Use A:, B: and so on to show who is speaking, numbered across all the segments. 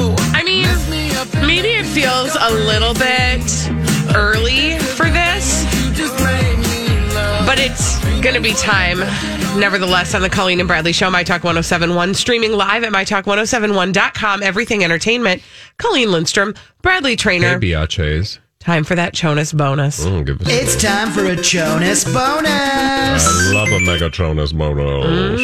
A: I mean, maybe it feels a little bit early for this, but it's going to be time, nevertheless, on the Colleen and Bradley Show, My Talk 1071, streaming live at MyTalk1071.com, everything entertainment. Colleen Lindstrom, Bradley Trainer.
B: Hey, Biaches.
A: Time for that Jonas bonus.
B: Mm, give us-
C: It's time for a Jonas bonus.
B: I love a Megatronus bonus.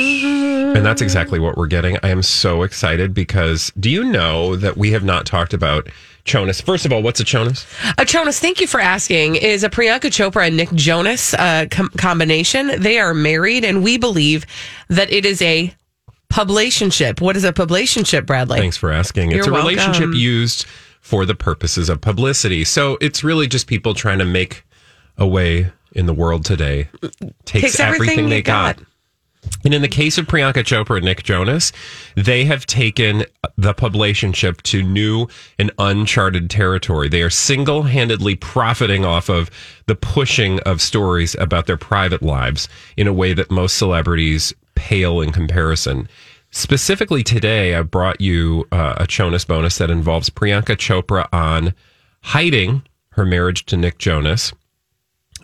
B: And that's exactly what we're getting. I am so excited because do you know that we have not talked about Jonas? First of all, what's a Jonas?
A: Uh, Jonas, thank you for asking. Is a Priyanka Chopra and Nick Jonas uh, com- combination? They are married, and we believe that it is a publicationship. What is a publicationship, Bradley?
B: Thanks for asking. it's a
A: You're
B: relationship
A: welcome.
B: used for the purposes of publicity. So it's really just people trying to make a way in the world today. Takes,
A: Takes everything you
B: they
A: got.
B: And in the case of Priyanka Chopra and Nick Jonas, they have taken the publicationship to new and uncharted territory. They are single handedly profiting off of the pushing of stories about their private lives in a way that most celebrities pale in comparison. Specifically today, I brought you uh, a Jonas bonus that involves Priyanka Chopra on hiding her marriage to Nick Jonas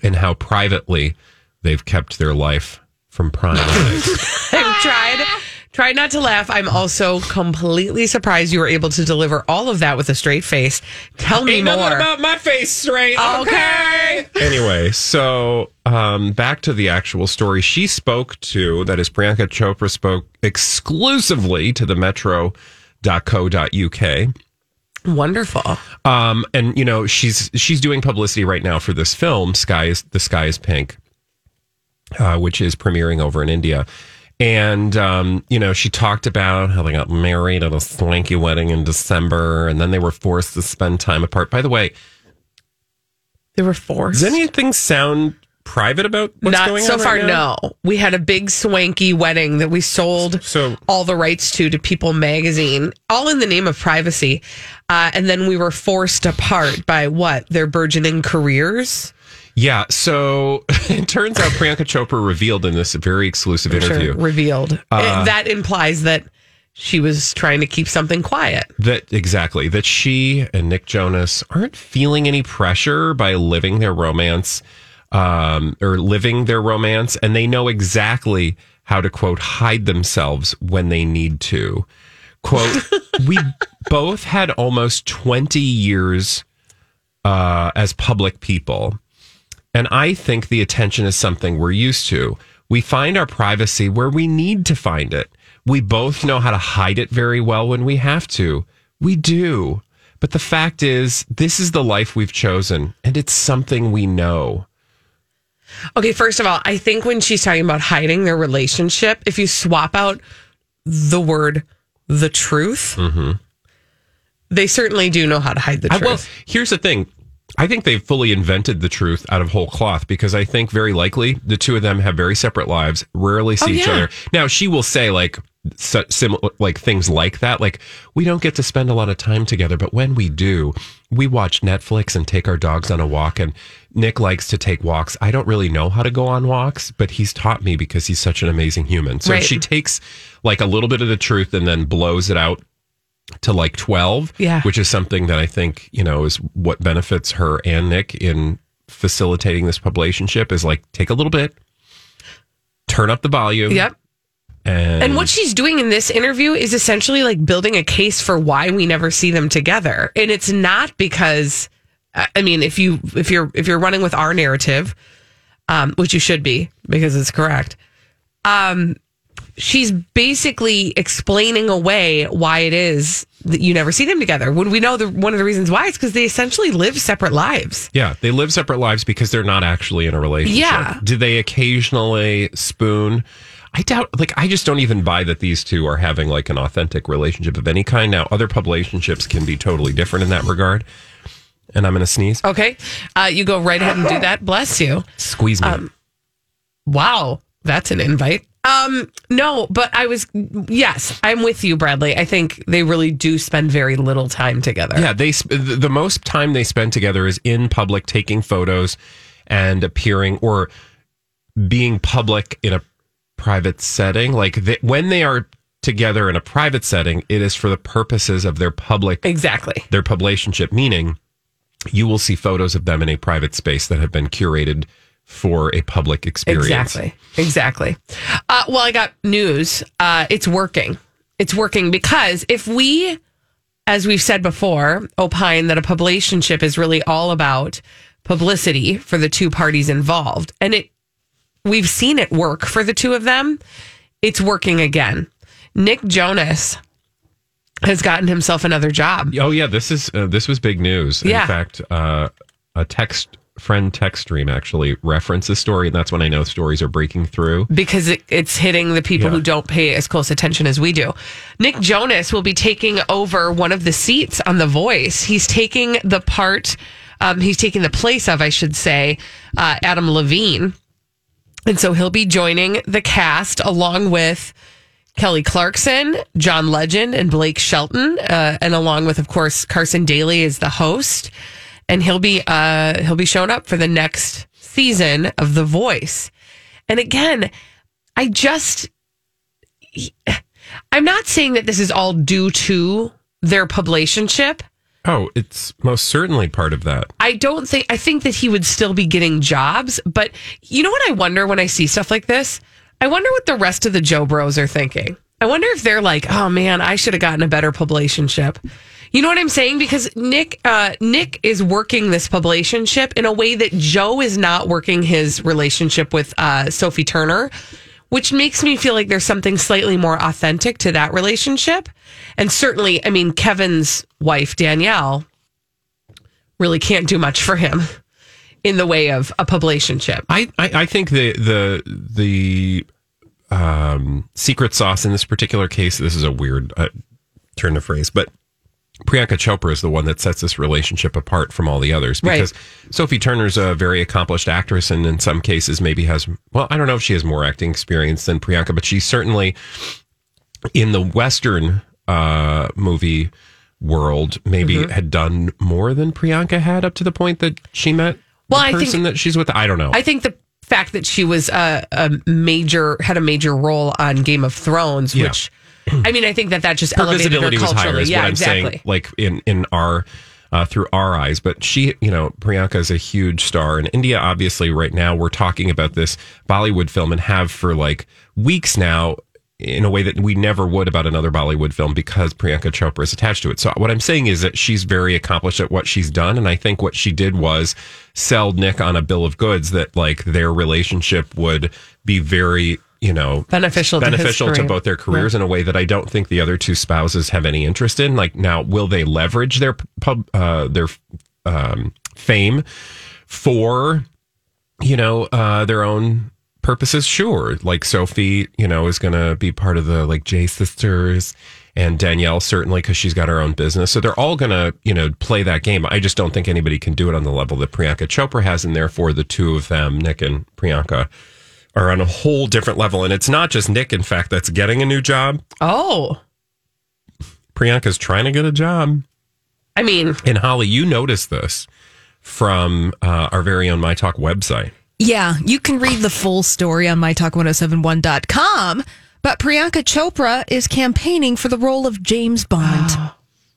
B: and how privately they've kept their life from prime eyes.
A: I've tried tried not to laugh. I'm also completely surprised you were able to deliver all of that with a straight face. Tell me more.
B: my face straight.
A: okay.
B: Anyway, so um, back to the actual story. She spoke to, that is, Priyanka Chopra spoke exclusively to the metro.co.uk.
A: Wonderful.
B: Um, and you know, she's she's doing publicity right now for this film, Sky is the Sky is Pink, uh, which is premiering over in India. And um, you know, she talked about how they got married at a swanky wedding in December, and then they were forced to spend time apart. By the way,
A: There were four.
B: does anything sound private about what's
A: not
B: going
A: so
B: on right
A: far.
B: now?
A: No, we had a big swanky wedding that we sold
B: So-
A: all the rights to to People Magazine, all in the name of privacy, uh, and then we were forced apart by what their burgeoning careers.
B: Yeah. So it turns out Priyanka Chopra revealed in this very exclusive
A: Sure,
B: interview Uh,
A: revealed. It- that implies that she was trying to keep something quiet.
B: That exactly that she and Nick Jonas aren't feeling any pressure by living their romance um, or living their romance, and they know exactly how to quote hide themselves when they need to. Quote: We both had almost twenty years uh, as public people. And I think the attention is something we're used to. We find our privacy where we need to find it. We both know how to hide it very well when we have to. We do. But the fact is, this is the life we've chosen, and it's something we know.
A: Okay, first of all, I think when she's talking about hiding their relationship, if you swap out the word the truth, they certainly do know how to hide the
B: Mm-hmm. I-
A: truth.
B: well, here's the thing. I think they've fully invented the truth out of whole cloth because I think very likely the two of them have very separate lives, rarely see
A: Oh,
B: each
A: yeah.
B: other. Now she will say like su- similar like things like that, like we don't get to spend a lot of time together, but when we do, we watch Netflix and take our dogs on a walk. And Nick likes to take walks. I don't really know how to go on walks, but he's taught me because he's such an amazing human. So
A: Right.
B: she takes like a little bit of the truth and then blows it out to like 12
A: Yeah.
B: which is something that i think you know is what benefits her and nick in facilitating this publicationship is like take a little bit turn up the volume
A: Yep.
B: And,
A: And what she's doing in this interview is essentially like building a case for why we never see them together. And it's not because I I mean, if you if you're if you're running with our narrative, um, which you should be because it's correct, um, she's basically explaining away why it is that you never see them together. When we know the one of the reasons why is because they essentially live separate lives.
B: yeah, they live separate lives because they're not actually in a relationship.
A: Yeah.
B: Do they occasionally spoon? I doubt, like, I just don't even buy that these two are having like an authentic relationship of any kind. Now, other pub relationships can be totally different in that regard. And I'm going to sneeze.
A: Okay, uh, you go right ahead and do that. Bless you.
B: Squeeze me.
A: Um, Wow, that's an invite. Um, no, but I was yes, I'm with you, Bradley. I think they really do spend very little time together.
B: Yeah, they sp- th- the most time they spend together is in public taking photos and appearing or being public in a private setting. Like they, when they are together in a private setting, it is for the purposes of their public
A: Exactly.
B: their publicationship, meaning you will see photos of them in a private space that have been curated for a public experience.
A: Exactly. Exactly. Uh, well, I got news. Uh, it's working. It's working because if we, as we've said before, opine that a publicationship is really all about publicity for the two parties involved, and it, we've seen it work for the two of them. It's working again. Nick Jonas has gotten himself another job.
B: Oh yeah, this is uh, this was big news.
A: Yeah.
B: In fact, uh, a text friend text stream actually referenced this story, and that's when I know stories are breaking through.
A: because it, it's hitting the people
B: Yeah.
A: who don't pay as close attention as we do. Nick Jonas will be taking over one of the seats on The Voice. He's taking the part, um, he's taking the place of, I should say, uh, Adam Levine. And so he'll be joining the cast along with Kelly Clarkson, John Legend, and Blake Shelton, uh, and along with, of course, Carson Daly is the host. And he'll be uh, he'll be showing up for the next season of The Voice. And again, I just I'm not saying that this is all due to their publicationship.
B: Oh, it's most certainly part of that.
A: I don't think I think that he would still be getting jobs, but you know what I wonder when I see stuff like this? I wonder what the rest of the Joe Bros are thinking. I wonder if they're like, "Oh man, I should have gotten a better publicationship." You know what I'm saying? Because Nick uh, Nick is working this publicationship in a way that Joe is not working his relationship with uh, Sophie Turner, which makes me feel like there's something slightly more authentic to that relationship. And certainly, I mean, Kevin's wife Danielle really can't do much for him in the way of a publicationship.
B: I, I, I think the the the um, secret sauce in this particular case. This is a weird uh, turn of phrase, but Priyanka Chopra is the one that sets this relationship apart from all the others
A: Right.
B: because Sophie Turner's a very accomplished actress and in some cases maybe has well I don't know if she has more acting experience than Priyanka, but she certainly in the Western uh, movie world maybe
A: Mm-hmm.
B: had done more than Priyanka had up to the point that she met.
A: Well,
B: the
A: I think-
B: person that she's with, I don't know.
A: I think the fact that she was a, a major had a major role on Game of Thrones,
B: Yeah.
A: which I mean, I think that that just
B: her
A: elevated
B: visibility
A: her
B: was
A: culturally.
B: higher is
A: yeah,
B: what i'm
A: exactly.
B: saying like in in our uh, through our eyes but she you know priyanka is a huge star in india obviously right now we're talking about this bollywood film and have for like weeks now in a way that we never would about another bollywood film because priyanka chopra is attached to it so what i'm saying is that she's very accomplished at what she's done and i think what she did was sell nick on a bill of goods that like their relationship would be very you know
A: Beneficial to his
B: beneficial to
A: career.
B: both their careers in a way that I don't think the other two spouses have any interest in. Like now, will they leverage their pub uh, their um, fame for you know uh, their own purposes? Sure. Like Sophie, you know, is going to be part of the like J sisters. And Danielle certainly because she's got her own business, so they're all gonna you know play that game. I just don't think anybody can do it on the level that Priyanka Chopra has, and therefore the two of them, Nick and Priyanka, are on a whole different level. And it's not just Nick, in fact, that's getting a new job.
A: Oh,
B: Priyanka's trying to get a job.
A: I mean,
B: And Holly, you noticed this from uh, our very own My Talk website.
D: Yeah, you can read the full story on mytalk1071.com. But Priyanka Chopra is campaigning for the role of James Bond.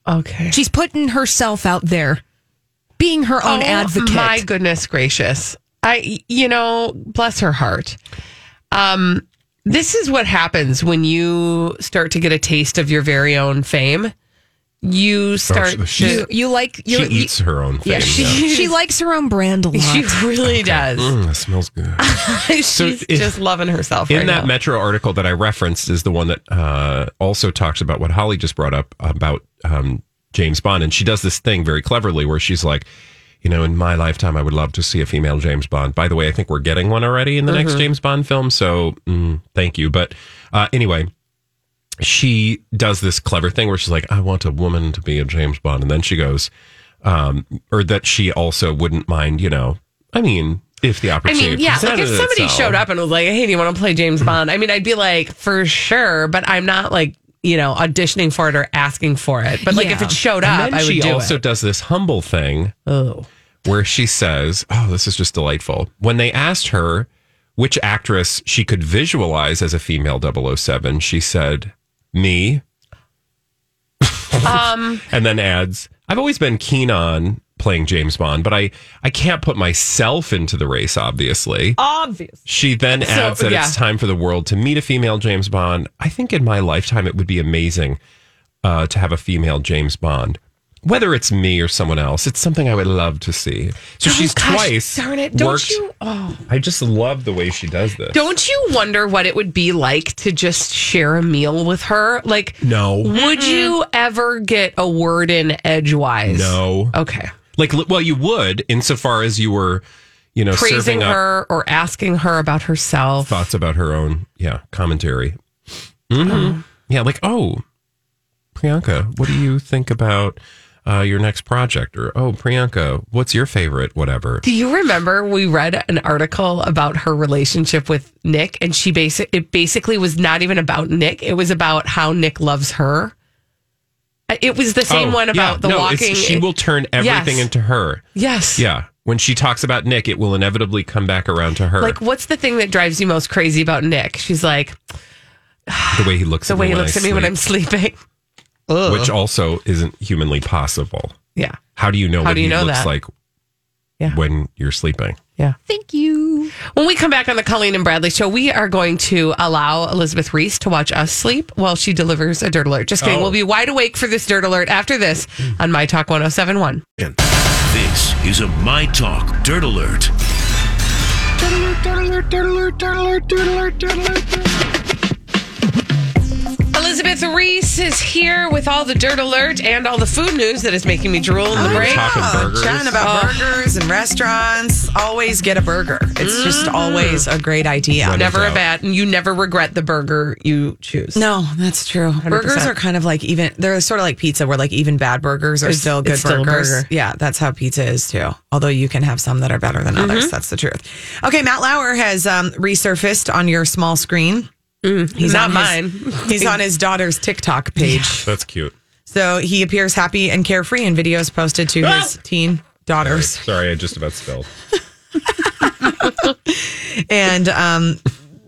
A: okay.
D: She's putting herself out there, being her own
A: oh,
D: advocate.
A: My goodness gracious! I, you know, bless her heart. Um, This is what happens when you start to get a taste of your very own fame. You start
B: she- she's-
A: to.
D: You, you like
B: She
D: you,
B: eats her own fame.
A: Yeah, she-
B: now.
D: she likes her own brand a lot.
A: She really does.
B: Mm, that smells good.
A: She's
B: it-
A: just loving herself
B: In
A: right
B: that
A: now.
B: Metro article that I referenced is the one that uh, also talks about what Holly just brought up about um, James Bond, and she does this thing very cleverly where she's like, you know, in my lifetime, I would love to see a female James Bond. By the way, I think we're getting one already in the
A: Mm-hmm.
B: next James Bond film, so mm, thank you. But uh, anyway, she does this clever thing where she's like, I want a woman to be a James Bond. And then she goes, um, or that she also wouldn't mind, you know, I mean, if the
A: I
B: opportunity.
A: mean, yeah. Like if
B: presented
A: somebody
B: itself. Mm.
A: showed up and was like, "Hey, do you want to play James Bond?" I mean, I'd be like, "For sure," but I'm not like you know auditioning for it or asking for it. But like if
D: Yeah.
A: it showed
B: And
A: up,
B: then
A: I would
B: she
A: do
B: also
A: it.
B: does this humble thing
A: Oh,
B: where she says, "Oh, this is just delightful." When they asked her which actress she could visualize as a female 007, she said, "Me." um, and then adds, "I've always been keen on playing James Bond, but I I can't put myself into the race obviously."
A: obvious.
B: She then adds that
A: yeah.
B: it's time for the world to meet a female James Bond. I think in my lifetime it would be amazing uh, to have a female James Bond. Whether it's me or someone else, it's something I would love to see. So she's
A: Oh gosh,
B: twice.
A: darn it. Don't
B: worked-
A: you- oh,
B: I just love the way she does this.
A: Don't you wonder what it would be like to just share a meal with her? Like,
B: No.
A: would you ever get a word in edgewise?
B: No.
A: Okay.
B: Like, li- well, you would insofar as you were, you know,
A: Praising
B: serving up
A: her or asking her about herself.
B: thoughts about her own, yeah, commentary. Mhm. Yeah, like, oh, Priyanka, what do you think about uh, your next project? Or, oh, Priyanka, what's your favorite? Whatever.
A: Do you remember we read an article about her relationship with Nick and she basic it basically was not even about Nick, it was about how Nick loves her. Uh, It was the same
B: Oh,
A: one about
B: yeah,
A: the
B: no, it's-
A: walking.
B: She will turn everything
A: Yes.
B: into her.
A: yes.
B: Yeah. When she talks about Nick, it will inevitably come back around to her.
A: Like what's the thing that drives you most crazy about Nick? She's like
B: the way he looks
A: the
B: at
A: way
B: me
A: he
B: when
A: looks
B: I
A: at me when I'm
B: sleep,
A: sleeping.
B: Which also isn't humanly possible.
A: Yeah.
B: How do you know
A: How
B: what
A: do you
B: he
A: know
B: looks
A: that?
B: like
A: Yeah.
B: when you're sleeping?
A: Yeah. Thank you. When we come back on the Colleen and Bradley show, we are going to allow Elizabeth Reese to watch us sleep while she delivers a dirt alert. Just kidding.
B: Oh.
A: We'll be wide awake for this dirt alert after this on My Talk 1071.
E: This is a My Talk Dirt Alert.
A: Elizabeth Reese is here with all the dirt alert and all the food news that is making me drool in the
B: We're
A: brain.
B: talking burgers.
F: John about burgers and restaurants. Always get a burger. It's just always Mm-hmm. a great idea.
B: When-
A: Never a
B: doubt.
A: bad, and you never regret the burger you choose.
F: No, that's true. Burgers are kind of like even they're sort of like pizza where like even bad burgers are
A: It's-
F: still good
A: it's still a
F: burgers.
A: burger.
F: Yeah, that's how pizza is too. Although you can have some that are better than
A: Mm-hmm.
F: others. That's the truth. Okay, Matt Lauer has um, resurfaced on your small screen. he's
A: Mm, not
F: on his-
A: mine.
F: he's on his daughter's TikTok page.
B: That's cute.
F: So he appears happy and carefree in videos posted to
A: Ah!
F: his teen daughters.
B: Sorry, I just about spelled.
F: and um,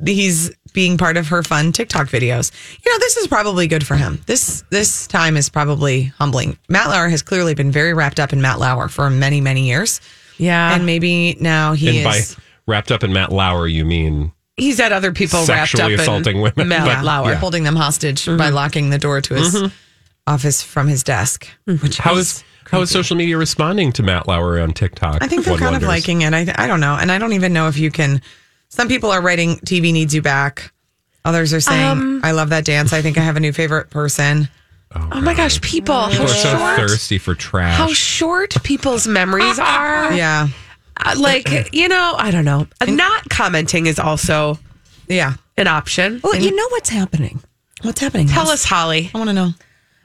F: he's being part of her fun TikTok videos. You know, this is probably good for him. This this time is probably humbling. Matt Lauer has clearly been very wrapped up in Matt Lauer for many many years,
A: Yeah.
F: and maybe now he
B: and by
F: is.
B: wrapped up in Matt Lauer, you mean
A: He's had other people wrapped up
B: Sexually assaulting
A: in
B: women.
A: Matt
B: Yeah.
A: Lauer.
F: Lauer holding them hostage by locking the door to his office from his desk. Which
B: how is how is social media responding to Matt Lauer on TikTok?
F: I think they're
B: One
F: kind of
B: wonders.
F: liking it. I, I don't know. And I don't even know if you can. Some people are writing, TV needs you back. Others are saying, I love that dance. I think I have a new favorite person.
A: Oh my gosh, people,
B: People
A: how
B: are Oh, so
A: short,
B: thirsty for trash.
A: how short people's memories are.
F: Yeah.
A: Uh, like you know i don't know Uh, not commenting is also
F: Yeah.
A: an option
D: well, you know what's happening.
F: What's happening?
A: tell us holly
F: I want to know.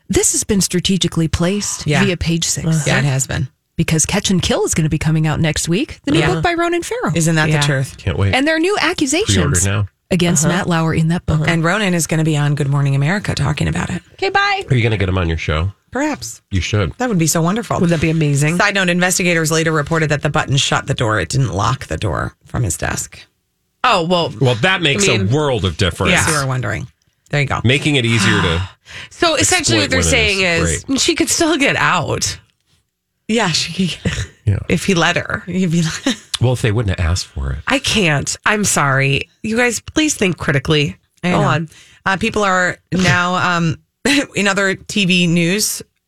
D: This has been strategically placed
F: Yeah.
D: via page 6
A: Uh-huh.
F: Yeah, it has been.
D: because Catch and Kill is going to be coming out next week. The new book by Ronan Farrow.
F: Isn't that
A: Yeah.
F: the truth?
B: Can't wait.
D: and there are new accusations
B: now.
D: against Matt Lauer in that book.
F: And Ronan is going to be on Good Morning America talking about it.
D: Okay, bye.
B: Are you going to get him on your show?
F: Perhaps.
B: You should.
F: That would be so wonderful.
A: would that be amazing
F: Side note investigators later reported that the button shut the door. It didn't lock the door from his desk.
A: oh well
B: Well, that makes
A: I mean-
B: a world of difference.
F: If you were wondering. There you go.
B: Making it easier to.
A: so essentially what they're
B: Exploit women
A: saying
B: is
A: is she could still get out
F: Yeah, she,
B: Yeah.
A: if he let her
F: he'd be like,
B: Well, if they wouldn't have asked for it.
G: I can't. I'm sorry. You guys, please think critically.
A: I
G: Go
A: know.
G: on.
A: Uh, people are now um, in other TV news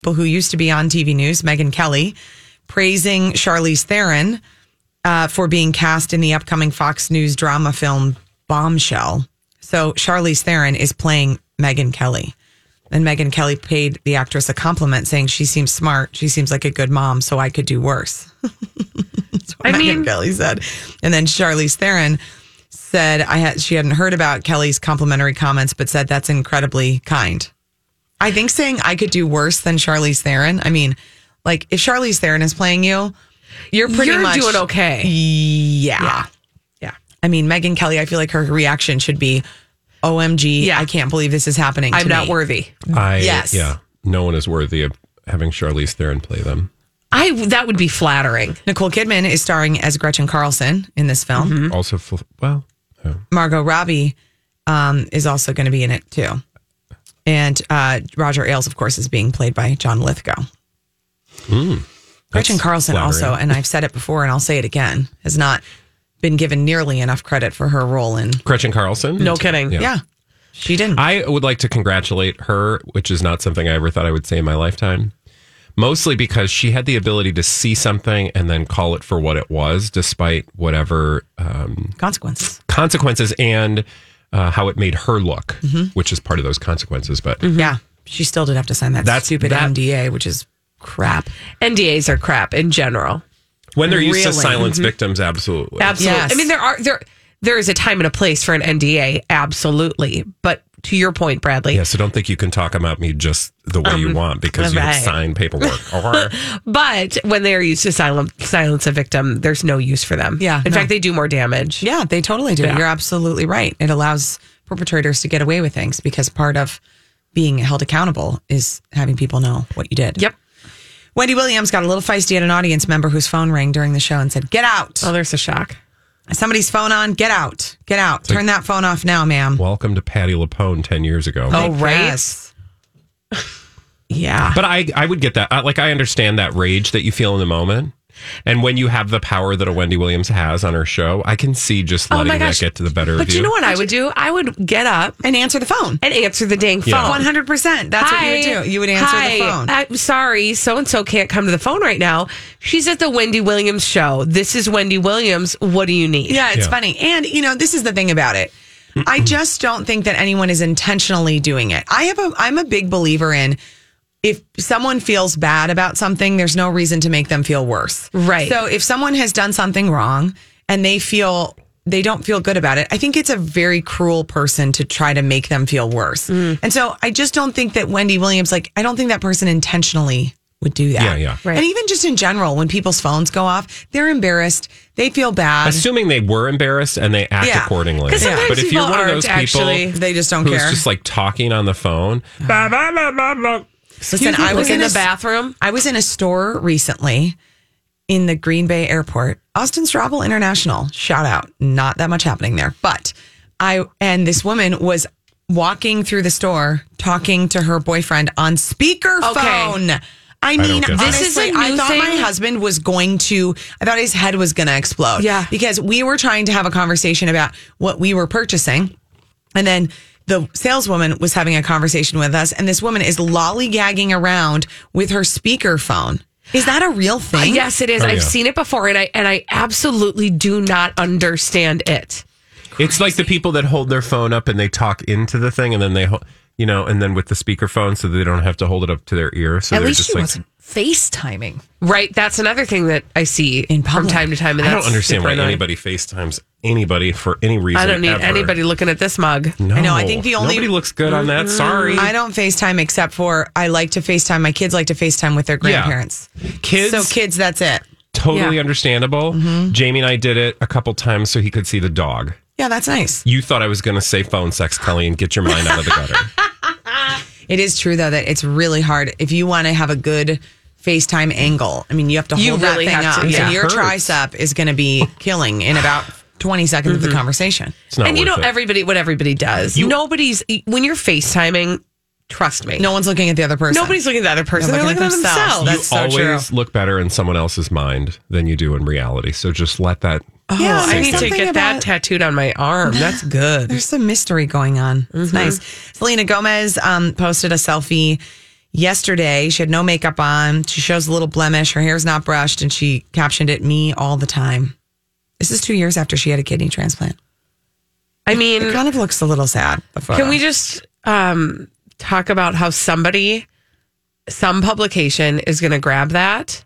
A: people who used to be on TV news, Megan Kelly, praising Charlize Theron uh, for being cast in the upcoming Fox News drama film Bombshell. So Charlize Theron is playing Megan Kelly. And Megan Kelly paid the actress a compliment saying she seems smart. She seems like a good mom, so I could do worse. That's what
G: I
A: Megyn
G: mean-
A: Kelly said. And then Charlize Theron said I had she hadn't heard about Kelly's complimentary comments, but said that's incredibly kind. I think saying I could do worse than Charlize Theron. I mean, like if Charlize Theron is playing you, you're pretty
G: You're
A: much
G: doing okay.
A: Yeah. yeah, I mean, Megan Kelly. I feel like her reaction should be, "OMG,
G: Yeah.
A: I can't believe this is happening."
G: I'm
A: to
G: not
A: me."
G: worthy.
B: I
A: Yes.
B: yeah. No one is worthy of having Charlize Theron play them.
G: I that would be flattering.
A: Nicole Kidman is starring as Gretchen Carlson in this film.
B: Also, fl- well, oh,
A: Margot Robbie um, is also going to be in it too, and uh, Roger Ailes, of course, is being played by John Lithgow. Gretchen
B: Hmm. that's
A: Carlson
B: flattering.
A: also, and I've said it before, and I'll say it again, has not been given nearly enough credit for her role in.
B: Gretchen Carlson.
G: No kidding.
B: Yeah.
A: Yeah, she didn't.
B: I would like to congratulate her, which is not something I ever thought I would say in my lifetime. Mostly because she had the ability to see something and then call it for what it was, despite whatever um,
A: Consequences.
B: consequences and uh, how it made her look, which is part of those consequences. But
G: Mm-hmm.
A: Yeah, she still did have to sign that
B: That's-
A: stupid
B: that-
A: MDA, which is crap.
G: NDAs are crap in general.
B: when they're used to
A: Really?
B: silence victims, Mm-hmm. absolutely.
G: Absolutely.
A: Yes.
G: I mean, there are there there is a time and a place for an NDA, absolutely. But to your point, Bradley,
B: yeah, so don't think you can talk about me just the way you want because you have
G: Um, right.
B: signed paperwork. Or
G: but when they are used to silence silence a victim, there's no use for them.
A: Yeah,
G: In
A: no.
G: fact, they do more damage.
A: Yeah, they totally do. You're absolutely right. It allows perpetrators to get away with things because part of being held accountable is having people know what you did.
G: Yep.
A: Wendy Williams got a little feisty at an audience member whose phone rang during the show and said, Get out.
G: Oh, there's a shock.
A: Somebody's phone on. Get out. Get out. Turn that phone off now, ma'am.
B: welcome to Patty Lapone 10 years ago.
G: Oh, right.
A: Yes. yeah.
B: But I, I would get that. I, like, I understand that rage that you feel in the moment. And when you have the power that a Wendy Williams has on her show, I can see just
G: Oh
B: letting
G: my
B: that
G: gosh.
B: get to the better
G: But
B: of you.
G: you know what I would do? I would get up
A: And answer the phone.
G: and answer the dang phone.
B: Yeah.
A: 100%. That's what you would do. You would answer the
G: Hi.
A: phone.
G: I'm sorry, so and so can't come to the phone right now. She's at the Wendy Williams show. This is Wendy Williams. What do you need?
A: Yeah, it's
B: Yeah.
A: funny. And, you know, this is the thing about it. I just don't think that anyone is intentionally doing it. I have a I'm a big believer in if someone feels bad about something, there's no reason to make them feel worse.
G: Right.
A: So if someone has done something wrong and they feel they don't feel good about it, I think it's a very cruel person to try to make them feel worse.
G: Mm.
A: And so I just don't think that Wendy Williams, like, I don't think that person intentionally would do that.
B: Yeah, yeah.
G: Right.
A: And even just in general, when people's phones go off, they're embarrassed. They feel bad.
B: Assuming they were embarrassed and they act
A: Yeah.
B: accordingly.
G: 'Cause sometimes
B: But if you're
G: people
B: one of
G: aren't,
B: those people
G: actually.
A: They just don't
B: who's
A: care.
B: just like talking on the phone,
G: Uh-huh.
B: "Bah, bah, bah, bah, bah."
A: Listen, I was in,
G: the
A: a,
G: bathroom.
A: I was in a store recently in the Green Bay airport, Austin Straubel International. Shout out. Not that much happening there. But I, and this woman was walking through the store talking to her boyfriend on speakerphone. I mean,
B: get that.
A: honestly,
G: This is a
A: I
G: new
A: thought my
G: thing.
A: husband was going to, I thought his head was going to explode.
G: Yeah.
A: Because we were trying to have a conversation about what we were purchasing. And then the saleswoman was having a conversation with us, and this woman is lollygagging around with her speakerphone. Is that a real thing?
G: Uh, yes, it is.
B: Oh,
G: I've
B: yeah.
G: seen it before, and I and I absolutely do not understand it.
B: It's like the people that hold their phone up and they talk into the thing, and then they, ho- you know, and then with the speakerphone, so they don't have to hold it up to their ear. So
D: At
B: they're
D: least
B: just
D: she
B: like,
D: wasn't FaceTiming.
G: Right? That's another thing that I see
D: In
G: from
D: public.
G: time to time. And
B: I
G: that's
B: don't understand
G: super
B: why
G: annoying.
B: anybody FaceTimes anybody for any reason.
G: I don't need
B: ever.
G: anybody looking at this mug.
B: No,
A: know, I think the only-
B: nobody looks good on that. Sorry,
A: I don't FaceTime except for I like to FaceTime. My kids like to FaceTime with their
B: Yeah.
A: grandparents.
B: kids.
A: So kids, that's it.
B: totally
G: Yeah.
B: understandable. Jamie and I did it a couple times so he could see the dog.
A: Yeah, that's nice.
B: You thought I was going to say phone sex, Kelly, and get your mind out of the gutter.
A: It is true though that it's really hard if you want to have a good FaceTime angle. I mean, you have to hold
G: You really
A: that
G: have
A: thing up,
G: to, yeah.
A: and your
B: It hurts.
A: tricep is going to be killing in about twenty seconds of the conversation.
B: It's not
G: and you know
B: worth it.
G: everybody what everybody does. Nobody's when you're FaceTiming, trust me.
A: No one's looking at the other person.
G: Nobody's looking at the other person.
A: They're
G: They're looking at
A: looking at
G: themselves.
A: themselves.
B: you
A: That's so true.
B: always look better in someone else's mind than you do in reality. So just let that.
G: yeah, I
A: there's
G: need to
A: something
G: get that
A: about-
G: tattooed on my arm. That's good. Mm-hmm.
A: There's some mystery going on. It's nice. Selena Gomez um, posted a selfie yesterday. She had no makeup on. She shows a little blemish. Her hair's not brushed, and she captioned it "Me all the time." This is two years after she had a kidney transplant.
G: I mean,
A: It kind of looks a little sad. the photo.
G: Mm. Can we just um, talk about how somebody, some publication is going to grab that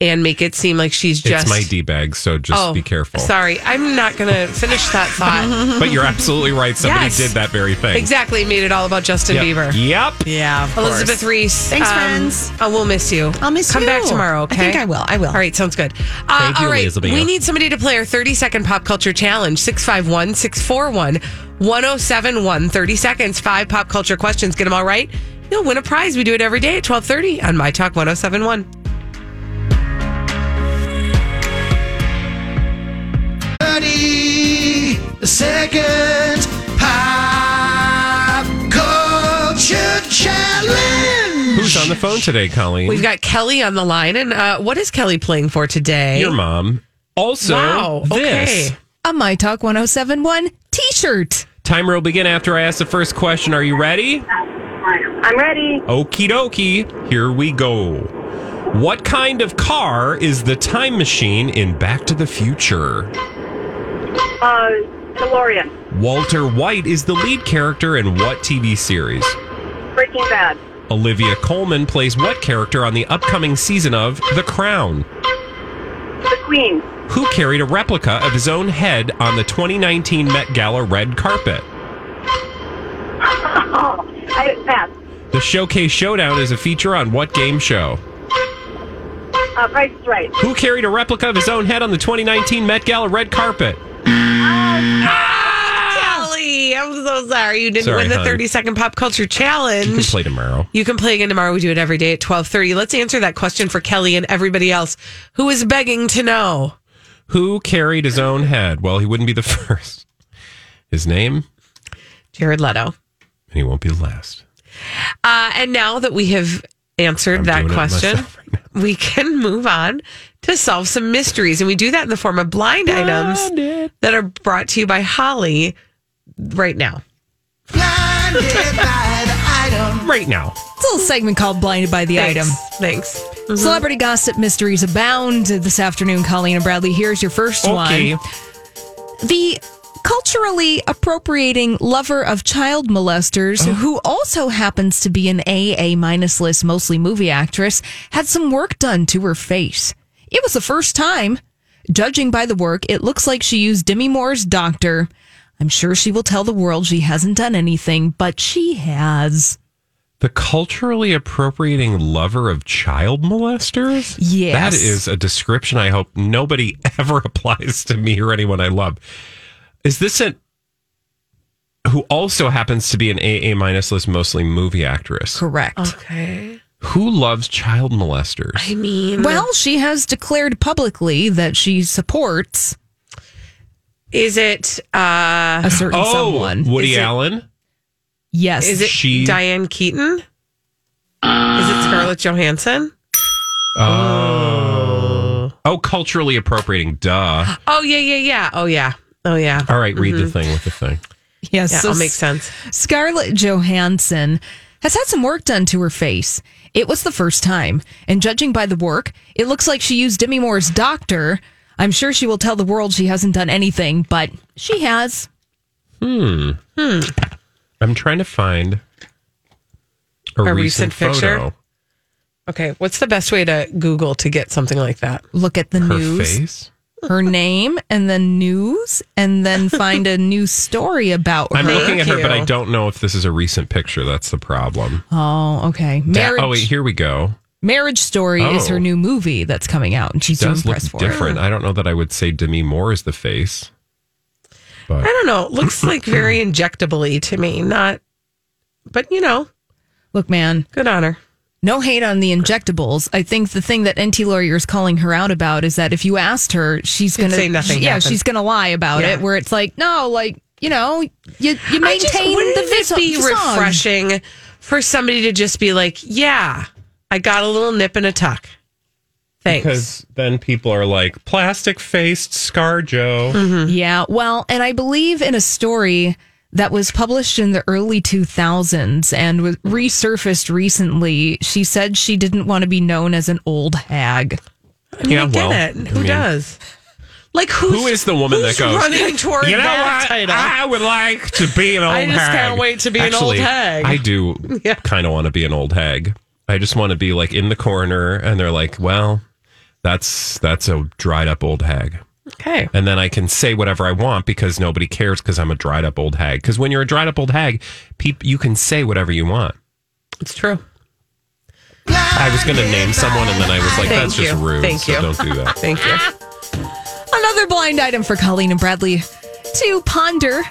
G: and make it seem like she's just.
B: It's my D bag, so just
G: Oh,
B: be careful.
G: Sorry, I'm not going to finish that thought.
B: But you're absolutely right. Somebody
G: Yes.
B: did that very thing.
G: exactly, made it all about Justin
B: Yep.
G: Bieber.
B: Yep.
A: Yeah, of
G: Elizabeth
A: course.
G: Reese. um,
A: Thanks, friends.
G: I will miss you.
A: I'll miss
G: Come
A: you.
G: back tomorrow,
A: I
G: okay?
A: think I will. I will.
G: All right, sounds good. Uh,
B: Thank you,
G: all right,
B: Elizabeth.
G: we need somebody to play our 30 second pop culture challenge 651 641 1071. 30 seconds, five pop culture questions. Get them all right. You'll win a prize. We do it every day at 1230
H: Oh,
G: on My Talk 1071.
C: Thirty second pop culture challenge.
B: Who's on the phone today, Colleen?
G: We've got Kelly on the line. And uh, what is Kelly playing for today?
B: your mom. Also,
G: Wow,
B: this
G: okay.
D: A My Talk 1071 t shirt.
B: timer will begin after I ask the first question. Are you ready?
H: I'm ready.
B: Okie dokie. Here we go. What kind of car is the time machine in Back to the Future?
H: Uh, DeLorean,
B: Walter White is the lead character in what TV series?
H: Breaking Bad,
B: Olivia Coleman plays what character on the upcoming season of The Crown?
H: The Queen,
B: Who carried a replica of his own head on the 2019 Met Gala red carpet?
H: I pass.
B: The Showcase Showdown is a feature on what game show?
H: Uh, Price is Right.
B: Who carried a replica of his own head on the 2019 Met Gala red carpet?
G: Kelly, I'm so sorry. You didn't
B: Sorry,
G: win the
B: hon.
G: 30 second pop culture challenge.
B: You can play tomorrow.
G: You can play again tomorrow. We do it every day at 12:30. Let's answer that question for Kelly and everybody else who is begging to know.
B: Who carried his own head? Well, he wouldn't be the first. His name,
G: Jared Leto.
B: and he won't be the last.
G: Uh, and now that we have answered
B: I'm
G: that
B: doing it
G: question,
B: myself right now.
G: we can move on to solve some mysteries. And we do that in the form of blind, items that are brought to you by Holly right now.
C: Blinded by the item.
B: Right now.
D: It's a little segment called Blinded by the
G: Thanks.
A: Mm-hmm.
D: Item.
G: Thanks.
D: Celebrity gossip mysteries abound this afternoon, Colleen and Bradley. Here's your first
B: Okay.
D: one. The culturally appropriating lover of child molesters, who also happens to be an AA minus list, mostly movie actress, had some work done to her face. It was the first time. Judging by the work, it looks like she used Demi Moore's doctor. I'm sure she will tell the world she hasn't done anything, but she has.
B: The culturally appropriating lover of child molesters?
D: Yes.
B: That is a description I hope nobody ever applies to me or anyone I love. Is this an who also happens to be an AA minus list mostly movie actress?
D: Correct.
G: Okay.
B: Who loves child molesters?
G: I mean,
D: Well, she has declared publicly that she supports
G: is it uh
D: a certain
B: Oh,
D: someone.
B: Woody Allen?
D: yes.
G: is it
B: She-
G: Diane Keaton? Is it Scarlett Johansson?
B: Oh. Oh, culturally appropriating. Duh.
G: Oh yeah, yeah, yeah. Oh yeah. Oh yeah.
B: All right, read the thing with the thing.
D: yes.
G: Yeah,
D: so
G: it'll make sense.
D: Scarlett Johansson has had some work done to her face. It was the first time, and judging by the work, it looks like she used Demi Moore's doctor. I'm sure she will tell the world she hasn't done anything, but she has.
B: Hmm.
D: Hmm.
B: I'm trying to find a,
G: A
B: recent,
G: recent picture?
B: photo.
G: Okay, what's the best way to Google to get something like that?
D: Look at the
B: Her
D: news.
B: face?
D: Her name and then news and then find a new story about
B: I'm
D: her.
B: looking at her, but I don't know if this is a recent picture. That's the problem.
D: Oh, okay.
B: Da-
D: Marriage
B: oh, wait, here we go.
D: Marriage Story is
B: Oh.
D: her new movie that's coming out, and she's doing
B: Does look
D: press for
B: different.
D: it.
B: I don't know that I would say Demi Moore is the face. But
G: I don't know. It looks like very injectable to me. Not, but you know,
D: Look, man,
G: good on her.
D: No hate on the injectables. I think the thing that NT lawyer is calling her out about is that if you asked her, she's
G: She'd
D: gonna
G: say nothing
D: she- yeah,
G: happened.
D: she's gonna lie about
G: Yeah.
D: it. Where it's like, no, like you know, you you
G: I just-
D: maintain
G: wouldn't
D: the vis-
G: it be
D: facade.
G: refreshing for somebody to just be like, "Yeah, I got a little nip and a tuck." Thanks.
B: Because then people are like, plastic faced Scar Joe.
G: Mm-hmm.
D: Yeah, well, and I believe in a story that was published in the early 2000s and was resurfaced recently. She said she didn't want to be known as an old hag.
G: I mean, I get it. Who does? Like who's,
B: Who is the woman that
G: who's
B: goes
G: running toward
B: You know
G: that
B: what?
G: title?
B: I would like to be an old
G: I just
B: hag.
G: can't wait to be an old
B: Actually,
G: hag.
B: I do kind of want to be an old hag. I just want to be like in the corner, and they're like, "Well, that's that's a dried up old hag."
G: Okay.
B: And then I can say whatever I want because nobody cares because I'm a dried up old hag. Because when you're a dried up old hag, peop- you can say whatever you want.
G: It's true.
B: I was going to name someone, and then I was like,
D: Thank
B: "That's just
D: you.
B: rude."
D: Thank
B: so
D: you.
B: Don't do that.
G: Thank you.
D: Another blind item for Colleen and Bradley to ponder.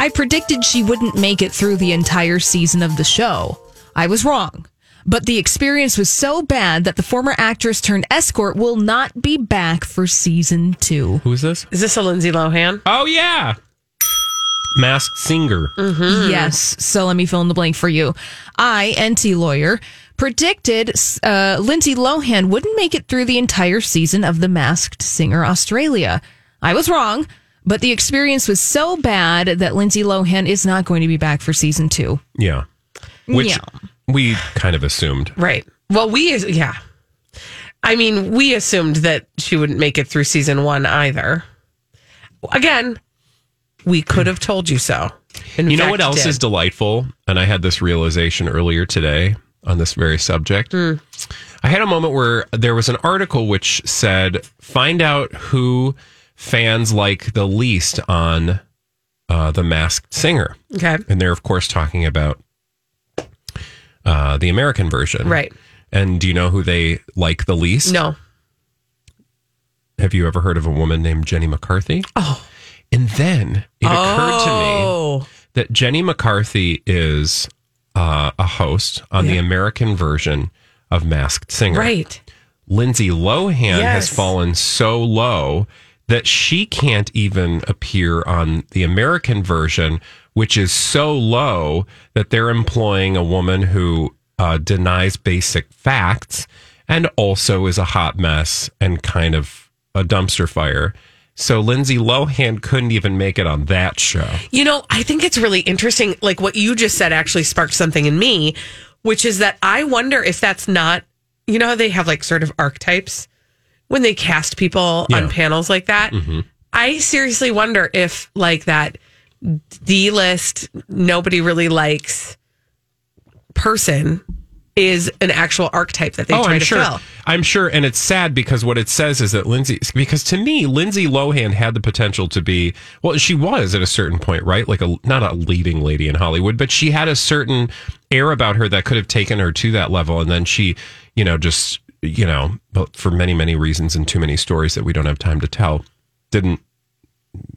D: I predicted she wouldn't make it through the entire season of the show. I was wrong. But the experience was so bad that the former actress turned escort will not be back for season two.
B: Who is this?
G: Is this a Lindsay Lohan?
B: Oh yeah, masked singer.
D: Yes. So let me fill in the blank for you. I, NT lawyer, predicted uh, Lindsay Lohan wouldn't make it through the entire season of The Masked Singer Australia. I was wrong, but the experience was so bad that Lindsay Lohan is not going to be back for season two.
B: Yeah. Which
D: Yeah.
B: we kind of assumed.
G: Right. Well, we yeah. I mean, we assumed that she wouldn't make it through season one either. Again, we could have told you so. In
B: you know
G: fact,
B: what else
G: did.
B: is delightful? And I had this realization earlier today on this very subject.
G: Hmm.
B: I had a moment where there was an article which said, find out who fans like the least on uh, The Masked Singer.
G: okay?
B: And they're, of course, talking about uh, the American version.
G: Right.
B: And do you know who they like the least?
G: No.
B: Have you ever heard of a woman named Jenny McCarthy?
G: Oh.
B: And then it occurred to me that Jenny McCarthy is uh, a host on the American version of Masked Singer.
G: Right.
B: Lindsay Lohan has
G: Yes.
B: fallen so low that she can't even appear on the American version, which is so low that they're employing a woman who uh, denies basic facts and also is a hot mess and kind of a dumpster fire. So Lindsay Lohan couldn't even make it on that show.
G: You know, I think it's really interesting. Like what you just said actually sparked something in me, which is that I wonder if that's not, you know, how they have like sort of archetypes when they cast people on panels like that.
B: Mm-hmm.
G: I seriously wonder if like that D list, nobody really likes person is an actual archetype that they try
B: Oh, I'm
G: to
B: sure.
G: fill.
B: I'm sure, and it's sad because what it says is that Lindsay. Because to me, Lindsay Lohan had the potential to be. Well, she was at a certain point, right? Like a not a leading lady in Hollywood, but she had a certain air about her that could have taken her to that level, and then she, you know, just you know, but for many many reasons and too many stories that we don't have time to tell, didn't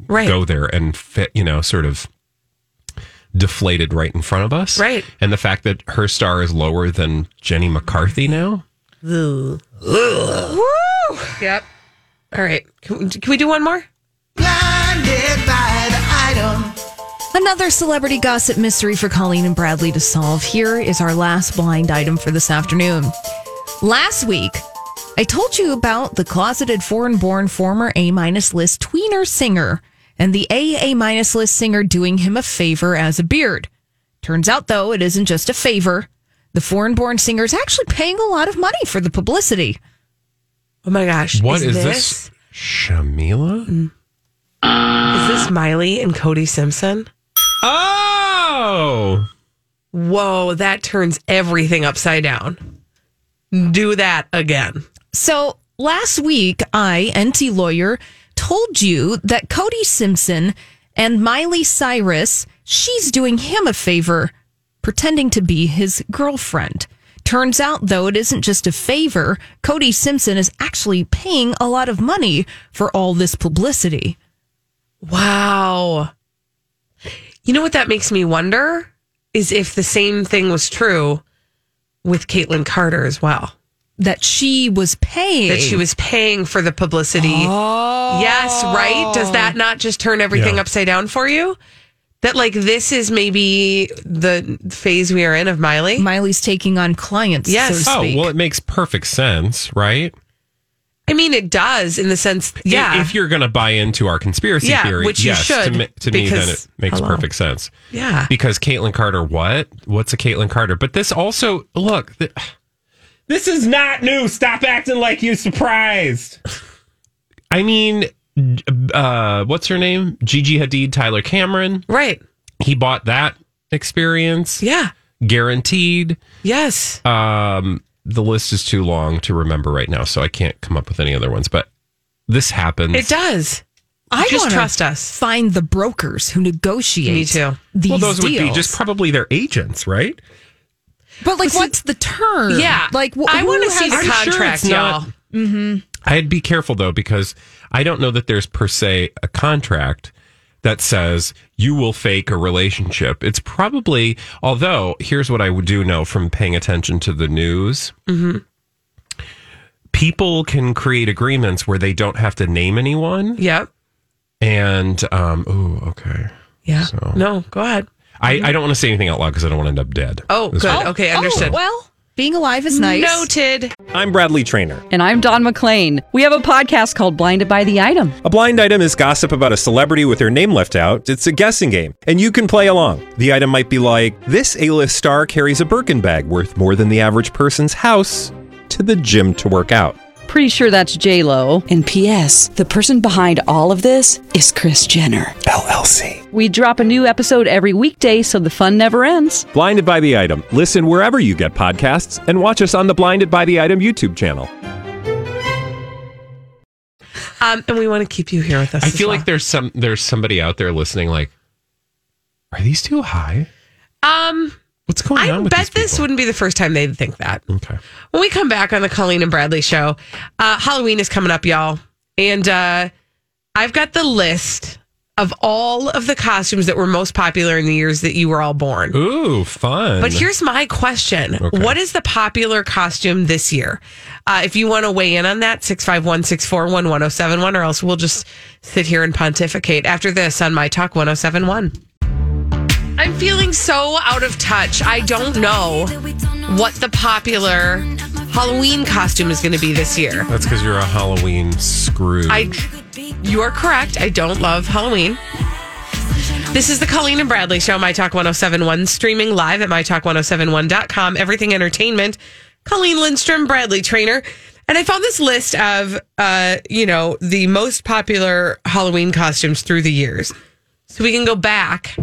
G: Right.
B: go there and fit. You know, sort of deflated right in front of us.
G: Right.
B: And the fact that her star is lower than Jenny McCarthy now.
G: Woo! Yep. All right. Can we, can we do one more?
C: Blinded by the item.
D: Another celebrity gossip mystery for Colleen and Bradley to solve. Here is our last blind item for this afternoon. Last week, I told you about the closeted foreign born former A minus list tweener singer and the AA minus list singer doing him a favor as a beard. Turns out, though, it isn't just a favor. The foreign born singer is actually paying a lot of money for the publicity.
G: Oh my gosh.
B: What is, this? Shamila?
G: Is this Miley and Cody Simpson?
B: Oh!
G: Whoa, that turns everything upside down. Do that again.
D: So last week, I, NT Lawyer, told you that Cody Simpson and Miley Cyrus, she's doing him a favor, pretending to be his girlfriend. Turns out, though, it isn't just a favor. Cody Simpson is actually paying a lot of money for all this publicity.
G: Wow. You know what that makes me wonder is if the same thing was true with Caitlyn Carter as well.
D: That she was paying.
G: That she was paying for the publicity.
D: Oh.
G: Yes, right? Does that not just turn everything
B: Yeah.
G: upside down for you? That like this is maybe the phase we are in of Miley.
D: Miley's taking on clients,
G: Yes.
D: so to
B: Oh,
D: speak.
B: well, it makes perfect sense, right?
G: I mean, it does in the sense, yeah.
B: If you're going to buy into our conspiracy
G: Yeah,
B: theory,
G: which you
B: yes,
G: should,
B: to, me, to me,
G: because-
B: then it makes
G: hello.
B: perfect sense.
G: Yeah.
B: Because Caitlyn Carter, what? What's a Caitlyn Carter? But this also, look, th- this is not new. Stop acting like you surprised. I mean, uh, what's her name? Gigi Hadid, Tyler Cameron.
G: right.
B: He bought that experience,
G: Yeah.
B: guaranteed.
G: Yes.
B: Um, the list is too long to remember right now, so I can't come up with any other ones. But this happens.
G: It does.
D: I
G: Just
D: wanna
G: trust us.
D: Find the brokers who negotiate.
G: Me too.
D: These
B: well, those
D: deals.
B: would be just probably their agents, right?
D: But like, what's the term?
G: Yeah.
D: like wh-
G: I
D: who
G: want to see
D: has-
G: the
B: I'm sure
G: contract,
B: it's not- Mm-hmm.
G: y'all.
B: I'd be careful though, because I don't know that there's per se a contract that says you will fake a relationship. It's probably, although, here's what I would do know from paying attention to the news.
G: Mm-hmm.
B: People can create agreements where they don't have to name anyone.
G: Yep.
B: And, um, ooh, okay.
G: Yeah.
B: So-
G: No, go ahead.
B: I, I don't want to say anything out loud because I don't want to end up dead.
G: Oh,
B: That's
G: good.
B: all.
G: Okay, understood.
D: Oh, well, being alive is nice.
G: Noted.
I: I'm Bradley Trainer.
J: And I'm Don McClain. We have a podcast called Blinded by the Item.
I: A blind item is gossip about a celebrity with their name left out. It's a guessing game, and you can play along. The item might be like this: A-list star carries a Birkin bag worth more than the average person's house to the gym to work out.
J: Pretty sure that's J Lo. And P.S. The person behind all of this is Chris Jenner
I: LLC.
J: We drop a new episode every weekday, so the fun never ends.
I: Blinded by the item. Listen wherever you get podcasts, and watch us on the Blinded by the Item YouTube channel.
G: Um, and we want to keep you here with us.
B: I
G: as
B: feel
G: well.
B: like there's some there's somebody out there listening. Like, are these too high?
G: Um,
B: What's going
G: I
B: on? With
G: bet
B: these
G: this wouldn't be the first time they'd think that.
B: people? Okay.
G: When we come back on the Colleen and Bradley show, uh, Halloween is coming up, y'all. And uh, I've got the list of all of the costumes that were most popular in the years that you were all born.
B: Ooh, fun.
G: But here's my question
B: Mm-hmm. Okay.
G: What is the popular costume this year? Uh, if you want to weigh in on that, 651 641 1071, or else we'll just sit here and pontificate after this on My Talk 1071. I'm feeling so out of touch. I don't know what the popular Halloween costume is going to be this year.
B: That's because you're a Halloween screw.
G: I, you are correct. I don't love Halloween. This is the Colleen and Bradley Show, My Talk 1071, streaming live at MyTalk1071.com. Everything Entertainment. Colleen Lindstrom, Bradley Trainer. And I found this list of, uh, you know, the most popular Halloween costumes through the years. So we can go back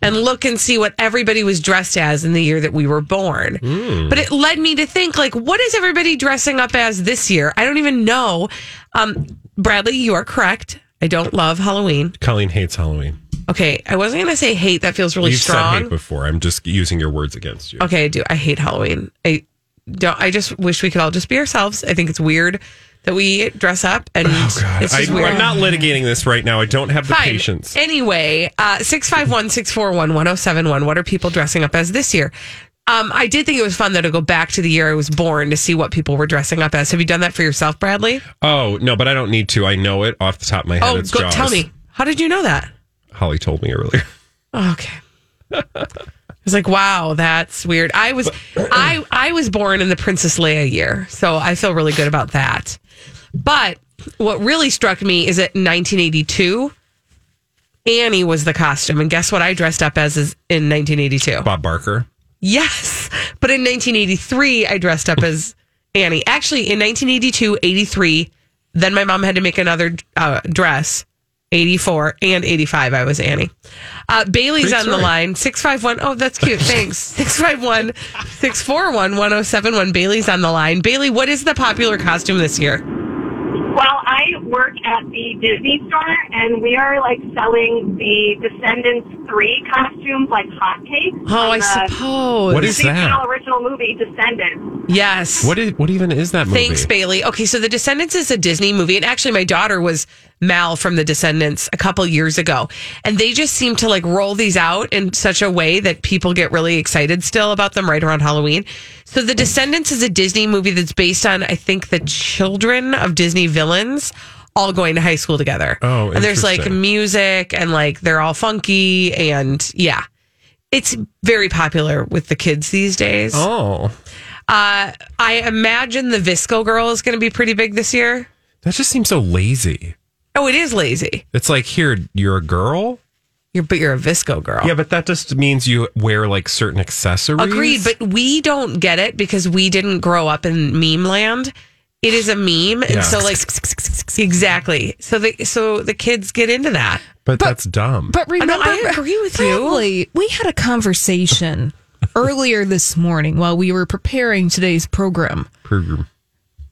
G: and look and see what everybody was dressed as in the year that we were born.
B: Hmm.
G: But it led me to think, like, what is everybody dressing up as this year? I don't even know. Um, Bradley, you are correct. I don't love Halloween.
B: Colleen hates Halloween.
G: Okay, I wasn't gonna say hate. That feels really
B: You've said hate
G: strong.
B: before. I'm just using your words against you.
G: Okay, I do. I hate Halloween. I don't. I just wish we could all just be ourselves. I think it's weird that we dress up, and
B: Oh God,
G: it's
B: I,
G: just weird.
B: am not litigating this right now. I don't have the
G: Fine.
B: patience.
G: Anyway, uh, 651-641-1071. What are people dressing up as this year? Um, I did think it was fun though to go back to the year I was born to see what people were dressing up as. Have you done that for yourself, Bradley?
B: Oh no, but I don't need to. I know it off the top of my head.
G: Oh,
B: it's
G: go,
B: Jaws.
G: tell me. How did you know that?
B: Holly told me earlier.
G: Okay. I was like, wow, that's weird. I was I I was born in the Princess Leia year, so I feel really good about that. But what really struck me is that 1982 Annie was the costume. And guess what I dressed up as is in 1982?
B: Bob Barker.
G: Yes. But in 1983, I dressed up as Annie. Actually, in 1982, 83, then my mom had to make another uh, dress. 84 and 85, I was Annie. Uh, Bailey's
H: Great
G: on the
H: story.
G: line. 651. Oh, that's cute. Thanks. 651 641 1071. Bailey's on the line. Bailey, what is the popular costume this year?
K: Well, I work at the Disney store, and we are like selling the Descendants three costumes like hotcakes.
G: Oh,
K: on
G: I
K: the
G: suppose. What is
K: Disney
G: that?
K: Channel original movie Descendants.
G: Yes.
B: What is, what even is that movie?
G: Thanks, Bailey. Okay, so The Descendants is a Disney movie, and actually, my daughter was Mal from The Descendants a couple years ago, and they just seem to like roll these out in such a way that people get really excited still about them right around Halloween. So, The Descendants is a Disney movie that's based on, I think, the children of Disney villains all going to high school together.
B: Oh,
G: and there's like
B: interesting.
G: music, and like they're all funky, and yeah, it's very popular with the kids these days.
B: Oh,
G: Uh, I imagine the Visco girl is going to be pretty big this year.
B: that just seems so lazy.
G: Oh, it is lazy.
B: It's like here you're a girl.
G: You're but you're a visco girl.
B: Yeah, but that just means you wear like certain accessories.
G: Agreed, but we don't get it because we didn't grow up in meme land. It is a meme,
B: Yeah.
G: and so like exactly. So the so the kids get into that.
B: But, that's dumb.
D: But
G: I know,
D: remember,
G: I agree with you.
D: Bradley, we had a conversation earlier this morning while we were preparing today's program,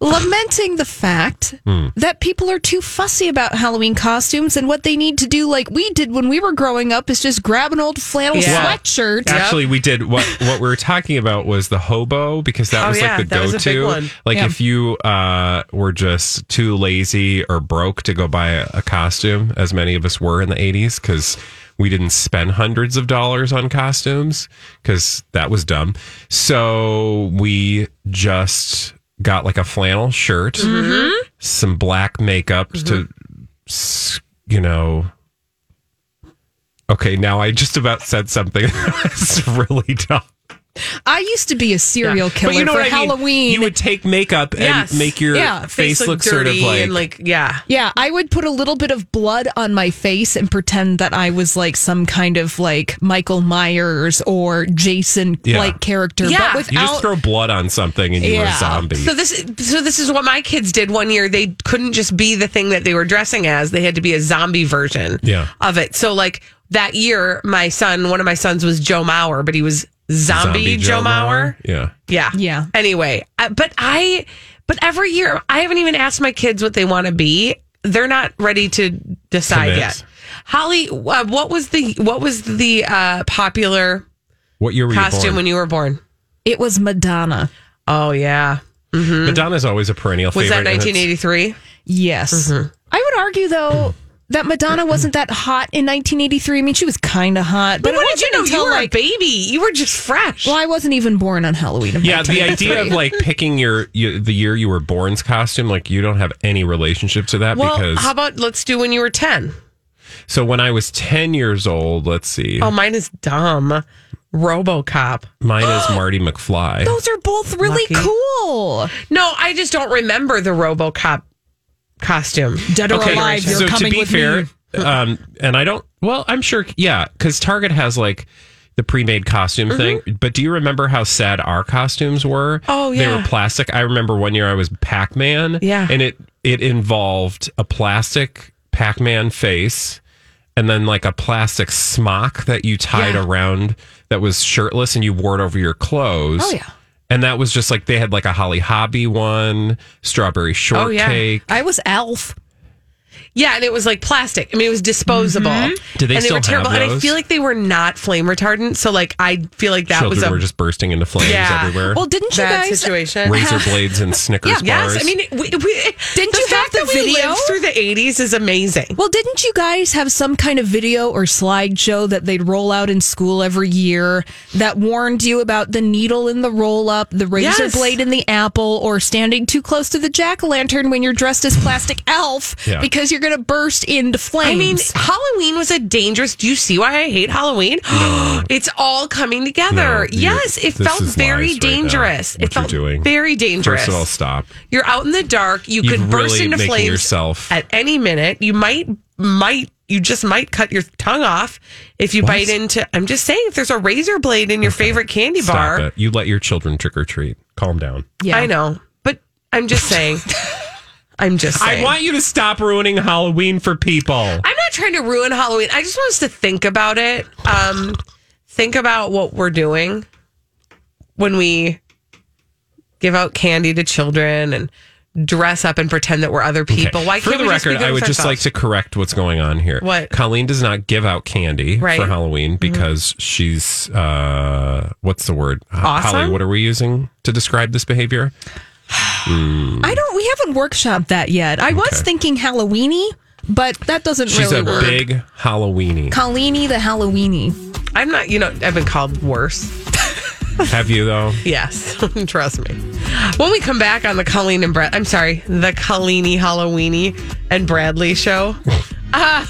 D: lamenting the fact
H: Hmm.
D: that people are too fussy about Halloween costumes and what they need to do, like we did when we were growing up, is just grab an old flannel
B: Yeah. Well,
D: sweatshirt.
B: Actually, we did what what we were talking about was the hobo because that
D: Oh,
B: was
D: yeah,
B: like the
D: that was a
B: go
D: big
B: to.
D: one.
B: Like
D: Yeah.
B: if you uh, were just too lazy or broke to go buy a, a costume, as many of us were in the eighties, because we didn't spend hundreds of dollars on costumes because that was dumb. So we just got like a flannel shirt,
D: Mm-hmm.
H: Mhm.
B: some black makeup to s to, you know. Okay, now I just about said something that's really dumb.
D: I used to be a serial
B: But
D: killer
B: you know
D: for
B: what I mean?
D: Halloween.
B: You would take makeup and
D: Yes.
B: make your
D: Yeah.
B: face, look, sort of
G: dirty
B: like,
G: and like yeah.
D: Yeah, I would put a little bit of blood on my face and pretend that I was like some kind of like Michael Myers or Jason
B: Yeah.
D: like character, but
B: you just
D: without
B: throw blood on something and you are a zombie.
G: So this so this is what my kids did one year. They couldn't just be the thing that they were dressing as. They had to be a zombie version
B: Yeah.
G: of it. So like that year, my son, one of my sons was Joe Mauer, but he was zombie, Joe, Mauer.
B: Yeah.
G: Yeah. Yeah. Anyway, I- but I, but every year, I haven't even asked my kids what they want to be. They're not ready to decide
B: Commit.
G: yet. Holly, uh, what was the what was the uh, popular
B: What year were you
G: costume
B: born?
G: when you were born?
D: It was Madonna.
G: Oh yeah. Mm-hmm.
B: Madonna's always a perennial
G: Was
B: favorite.
G: that
B: and it's-
G: 1983?
D: Yes.
B: Mm-hmm.
D: I would argue though that Madonna wasn't that hot in 1983. I mean, she was kind of hot, but,
G: But what
D: it
G: did you
D: wasn't
G: know?
D: until,
G: You were
D: like,
G: a baby. You were just fresh.
D: Well, I wasn't even born on Halloween. of
B: Yeah, the idea of
D: 1983.
B: like picking your, your the year you were born's costume, like you don't have any relationship to that
G: Well,
B: because.
G: how about let's do when you were 10?
B: so when I was ten years old, let's see,
G: Oh, mine is dumb. RoboCop.
B: mine is Marty McFly.
D: Those are both really cool.
G: No, I just don't remember the RoboCop costume.
D: Dead
B: okay, so to be fair, um, and I don't. Well, I'm sure. Yeah, because Target has like the pre-made costume
G: Mm-hmm.
B: thing. But do you remember how sad our costumes were?
G: Oh,
B: they
G: yeah.
B: were plastic. I remember one year I was Pac-Man.
G: Yeah.
B: and it it involved a plastic Pac-Man face. And then, like a plastic smock that you tied
G: Yeah.
B: around that was shirtless and you wore it over your clothes.
G: Oh, yeah.
B: And that was just like they had like a Holly Hobby one, strawberry
G: Oh, yeah.
B: shortcake.
D: I was Alf.
G: Yeah, and it was like plastic. I mean, it was disposable.
D: Mm-hmm.
B: Do they
G: and they
B: still
G: were
B: have
G: terrible. And I
B: those?
G: feel like they were not flame retardant. So, like, I feel like that
B: Children
G: was a
B: were just bursting into flames
G: yeah.
B: everywhere.
D: didn't you
G: That
D: guys-
G: situation?
B: razor blades and Snickers
G: Yeah,
B: bars.
G: yes. I mean, we, we, didn't
D: you have the
G: that we
D: video?
G: lived through the eighties is amazing.
D: Well, didn't you guys have some kind of video or slideshow that they'd roll out in school every year that warned you about the needle in the roll up, the razor
G: Yes.
D: blade in the apple, or standing too close to the jack o' lantern when you're dressed as plastic elf
G: Yeah.
D: because you're going to burst into flames?
G: I mean, Halloween was a dangerous. Do you see why I hate Halloween? it's all coming
B: No,
G: together.
B: you-
G: yes, it
B: this
G: felt
B: is
G: very
B: lies right now,
G: dangerous.
B: what
G: it felt
B: you're doing.
G: very dangerous.
B: First of all, stop.
G: You're out in the dark. You
B: You've
G: could burst
B: really
G: into
B: making
G: flames
B: yourself-
G: at any minute. You might might you just might cut your tongue off if you bite into. I'm just saying, if there's a razor blade in your favorite candy
B: Stop
G: bar,
B: it. You let your children trick or treat. Calm down.
G: yeah, I know. But I'm just saying. I'm just. Saying.
B: I want you to stop ruining Halloween for people.
G: I'm not trying to ruin Halloween. I just want us to think about it. Um, think about what we're doing when we give out candy to children and dress up and pretend that we're other people. Why
B: for
G: can't
B: the
G: we
B: record,
G: just be good
B: I would
G: with
B: just like
G: ourselves?
B: to correct what's going on here.
G: What?
B: Colleen does not give out candy
G: Right. Mm-hmm.
B: for Halloween because she's uh, what's the word? H-
D: Awesome?
B: Holly, what are we using to describe this behavior? Mm.
D: I don't. We haven't workshopped that yet. I was
B: Okay.
D: thinking Halloweeny, but that doesn't
B: She's
D: really
B: a
D: work.
B: big Halloweeny.
D: Colleeny the Halloweeny.
G: I'm not. You know, I've been called worse.
B: Have you though?
G: Yes, trust me. When we come back on the Colleen and Brad, I'm sorry, the Colleeny Halloweeny and Bradley show. Um,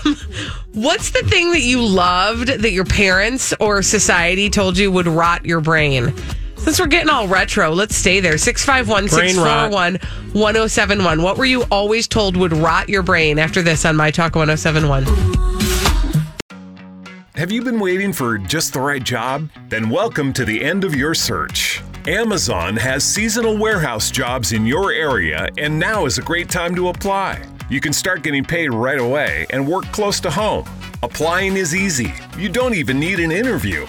G: what's the thing that you loved that your parents or society told you would rot your brain? Since we're getting all retro, let's stay there. 651
B: Brain rot.
G: 641 1071. What were you always told would rot your brain after this on My Talk 1071?
H: Have you been waiting for just the right job? Then welcome to the end of your search. Amazon has seasonal warehouse jobs in your area, and now is a great time to apply. You can start getting paid right away and work close to home. Applying is easy, you don't even need an interview.